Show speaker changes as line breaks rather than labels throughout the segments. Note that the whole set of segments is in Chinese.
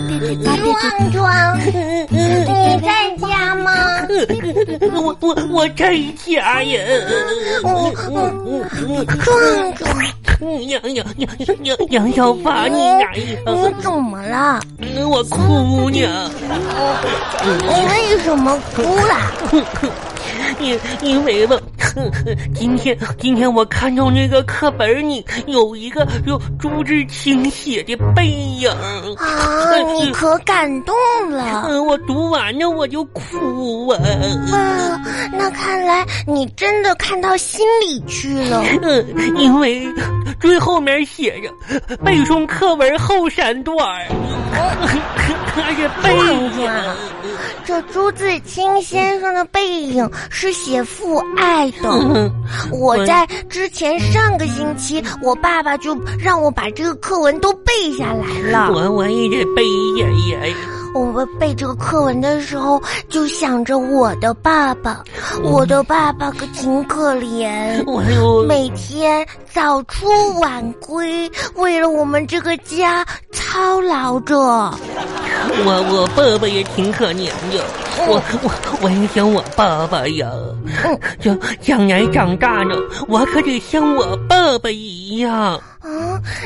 壮壮，你在家吗？
我我我在家呀！
我壮壮，
杨杨杨杨杨小八，你哪
你
样？
怎么了？
我哭呢，
你为什么哭了？
因因为吧，今天今天我看到那个课本里有一个有朱自清写的背影。
啊，你可感动了。
嗯，我读完了我就哭啊。
啊，那看来你真的看到心里去了。
嗯，因为最后面写着背诵课文后三段儿，他是背
哇这朱自清先生的背影是写父爱的。
嗯
我在之前上个星期，我爸爸就让我把这个课文都背下来了。
我我也得背呀呀，
我们背这个课文的时候，就想着我的爸爸，我的爸爸可挺可怜。
我又
每天早出晚归，为了我们这个家操劳着。啊
我我爸爸也挺可怜的，我我我也想我爸爸呀，将将来长大了，我可得像我爸爸一样，
啊，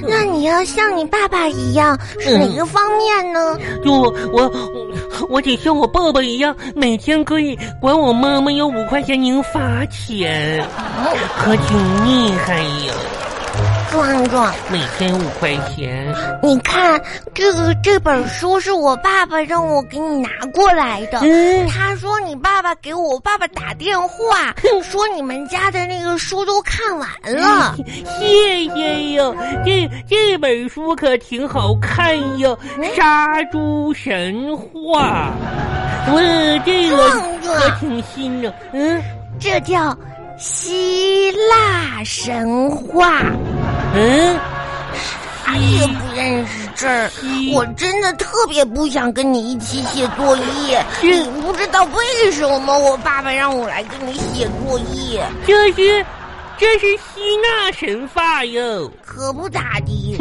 那你要像你爸爸一样，是哪个方面呢？
就我我我得像我爸爸一样，每天可以管我妈妈要五块钱零花钱。可挺厉害呀，
壮壮，
每天五块钱。
你看这个这本书是我爸爸让我给你拿过来的。
嗯，
他说你爸爸给我爸爸打电话，说你们家的那个书都看完了。
谢谢哟，这这本书可挺好看哟，《杀猪神话》。嗯我这个
壮
可
壮，
挺新的，嗯
这叫希腊神话，
嗯，
俺也不认识字儿。
希
我真的特别不想跟你一起写作业，
是
你不知道为什么我爸爸让我来跟你写作业，
这是这是希腊神话哟。
可不咋地。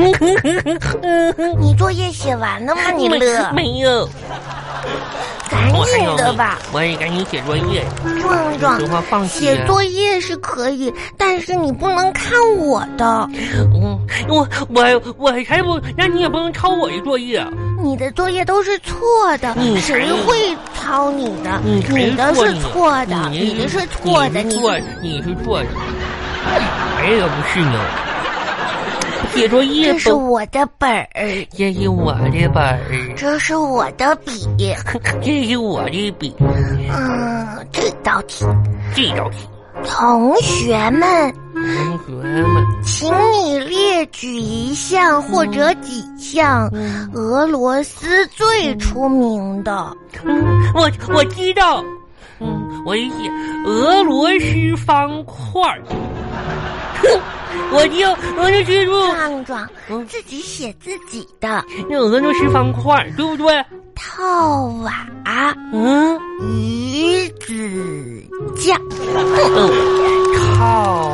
你作业写完了吗？你
没
乐，
没有，
赶
我还
紧
有
的吧，，
我也赶紧写作业。
壮壮
等会儿放。学
写作业是可以，但是你不能看我的，
嗯，我我我才不，那你也不能抄我的作业啊。
你的作业都是错的
你，才
谁会抄你的？
嗯
你的是错的，你的是错的，
你
你
是错的，你是错的。哎呀，不是呢，写作业
这是
不，
我的本儿，
这是我的本儿，
这是我的笔。
这是我的笔，
嗯，这道题，
这道题，
同学们，
同学嗯们，
请你列举一项或者几项俄罗斯最出名的。
嗯，我我知道，嗯，我一写俄罗斯方块儿，哼，我就我就记住
壮壮
嗯
自己写自己的
那俄罗斯方块儿，对不对？
套娃
嗯。
鱼子酱。
嗯，套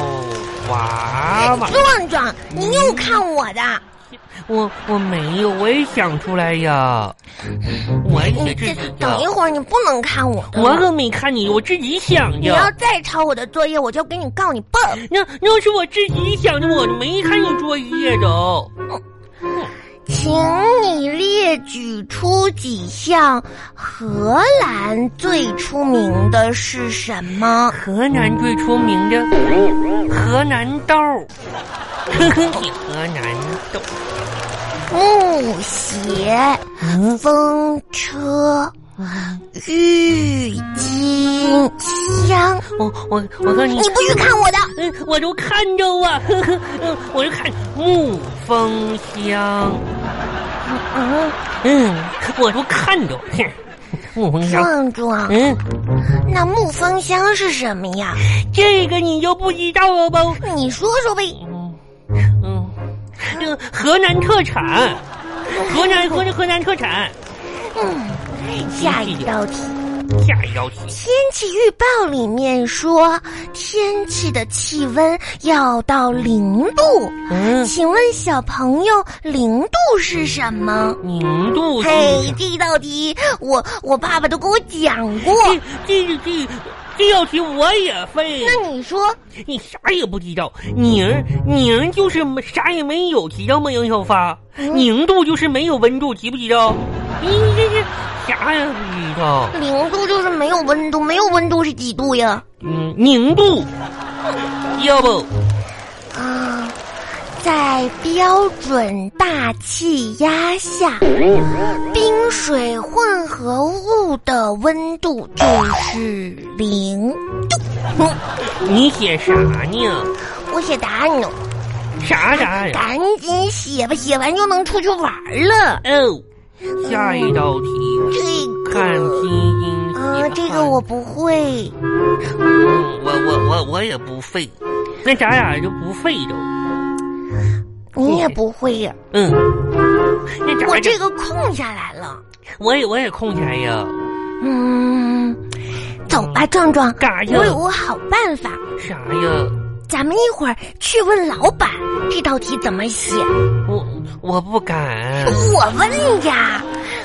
娃娃，
壮壮，你又看我的，
我我没有，我也想出来呀，我
你
也自
这
己
等一
的，
会儿你不能看我的了。
嗯我可没看你，我自己想
你要
的。
再抄我的作业，我就给你告你笨。
那那是我自己想的，我没看你作业的。
请你列举出几项荷兰最出名的是什么？
河南最出名的河南豆儿， 呵呵，河南豆儿，
木鞋、
嗯
风车、郁金香。
我我我告诉你
你，不许看我的！
嗯，我都看着啊，呵呵，嗯，我就看沐风香。
嗯，
嗯，我都看着。哼沐风香，
壮壮，
嗯，
那木风箱是什么呀？
这个你就不知道了吧？
你说说呗。
嗯嗯，这个河南特产，河南河南河南特产。
嗯，下一道题，
下要去。
天气预报里面说，天气的气温要到零度。
嗯，
请问小朋友，零度是什么？
零度是
嘿，这道题我我爸爸都给我讲过。
这这这这道题我也会。
那你说，
你啥也不知道，宁儿宁儿就是啥也没有，知道吗？杨小发，
嗯
宁度就是没有温度，知不知道？你这是啥也不知道。
零度就是没有温度，没有温度是几度呀？
嗯，宁度，要不
啊，在标准大气压下，冰水混合物的温度就是零度。哼
你写啥呢？
我写答案呢，
啥啥呀？
赶紧写吧，写完就能出去玩了。
哦，下一道题，
这
看拼
个
音写
啊，这个我不会。
嗯我我我我也不会，那咱俩就不会都。
你也不会呀、
嗯，那咱
我
俩
这个空下来了。
我也我也空闲呀，
嗯，走吧，壮壮，
干啥去？
我有个好办法。
啥呀？
咱们一会儿去问老板这道题怎么写。
我我不敢，
我问呀，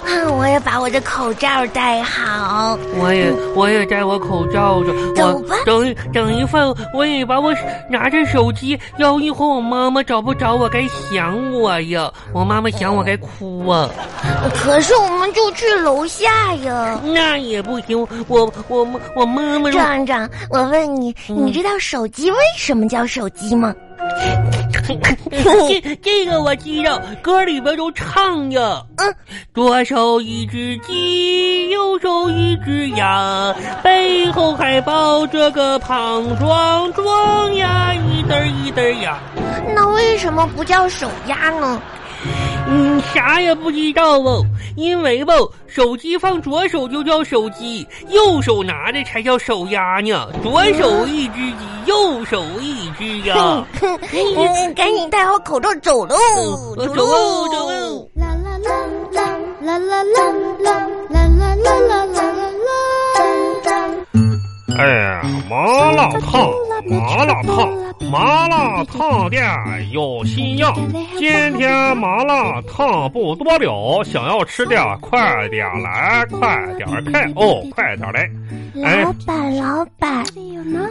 啊，我也把我的口罩戴好。
我也
嗯
我也戴我口罩着，
走吧
我等一等一份，我也把我手拿着手机，要一会儿我妈妈找不着我该想我呀，我妈妈想我该哭啊，
可是我们就去楼下呀。
那也不行，我我妈我妈妈说，
壮壮，我问你，
嗯
你知道手机为什么叫手机吗？
这这个我知道，歌里边都唱呀。
嗯，
左手一只鸡，右手一只羊，背后还抱着个胖壮壮呀，一嘚儿一嘚儿呀。
那为什么不叫手压呢？
嗯，啥也不知道哦，因为吧，手机放左手就叫手机，右手拿着才叫手鸭呢。左手一只鸡，右手一只鸭。
哼，嗯 赶紧戴好口罩走喽，
嗯
走喽走喽。
啦啦啦啦啦啦啦啦啦啦啦啦啦啦啦。
哎呀，麻辣烫，麻辣烫，麻辣烫店有新样。今天麻辣烫不多了，想要吃的快点来，快点看哦，快点来！哎
老板，老板，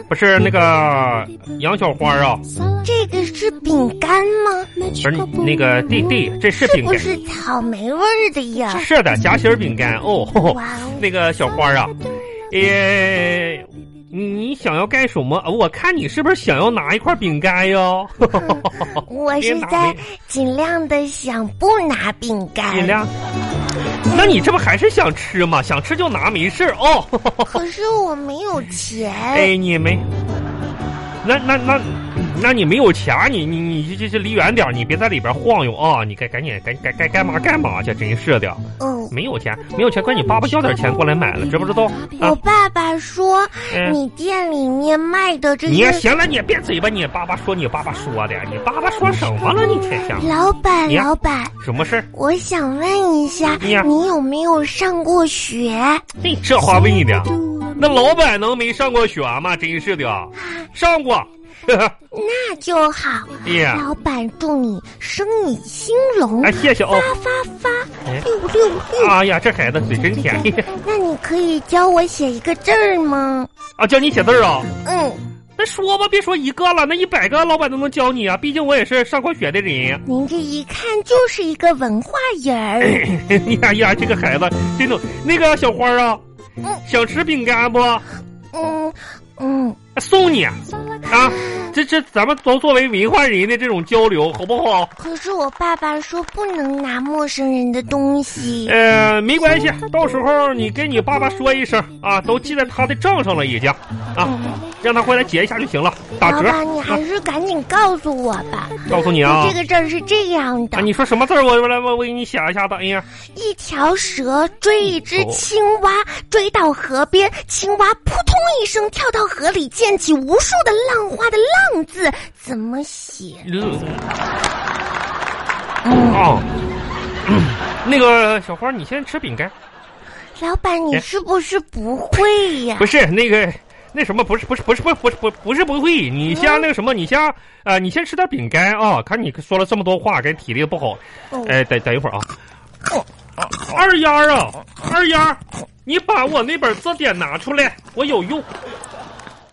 不是那个杨小花啊，
这个是饼干吗？
不是那个弟弟，这是
是
饼
不
干，
是草莓味儿的呀？
是的，夹心饼干哦。 吼吼
哇哦，
那个小花啊，呃，你想要干什么？我看你是不是想要拿一块饼干哟？
我是
别拿
在
没
尽量的想不拿饼干，
尽量。那你这不还是想吃吗？想吃就拿，没事儿哦。
可是我没有钱。
哎，你没，那那那，那你没有钱，你你你这这离远点儿，你别在里边晃悠啊！你该赶紧该该该干嘛干嘛去，真是的，
哦，
没有钱，没有钱，管你爸爸要点钱过来买了，知不知道？
我
啊，
爸爸说
嗯
你店里面卖的这
你也
些，
行了，你也别嘴巴，你爸爸说你爸爸说的，你爸爸说什么了？你这下
老板，
你呀
老板，
什么事儿？
我想问一下，
你呀
你有没有上过学？
这这话问的，那老板能没上过学吗？真是的，上过。呵呵
那就好。
哎呀
老板，祝你生意兴隆，
哎，谢谢哦
发。发发，
哎
六六六。
哎呀，这孩子嘴真甜
那你可以教我写一个字儿吗？
啊！教你写字儿啊？
嗯。
那说吧，别说一个了，那一百个老板都能教你啊！毕竟我也是上过学的人。
您这一看就是一个文化人
哎
儿，
呀呀，这个孩子真的，那个小花啊
嗯，
想吃饼干不？
嗯嗯，
送你啊！这这，咱们都作为文化人的这种交流，好不好？
可是我爸爸说不能拿陌生人的东西。
呃，没关系，到时候你跟你爸爸说一声啊，都记在他的账上了已经啊，让他回来结一下就行了，打
老
折。嗯
板，嗯你还是赶紧告诉我吧。
告诉你啊，
这个字儿是这样的
啊，：你说什么字儿？我我来我我给你写一下子。哎呀，
一条蛇追一只青蛙，追到河边，青蛙扑通一声跳到河里，溅起无数的浪花的“浪”字，怎么写？
哦，嗯那个小花，你先吃饼干。
老板，你是不是不会呀、
不是那个那什么，不是不是不是不是不是不是不是不会。你先那个什么，你先啊、呃你先吃点饼干啊。看你说了这么多话，给体力不好。哎，等等一会儿啊。二丫啊，二丫，你把我那本字典拿出来，我有用。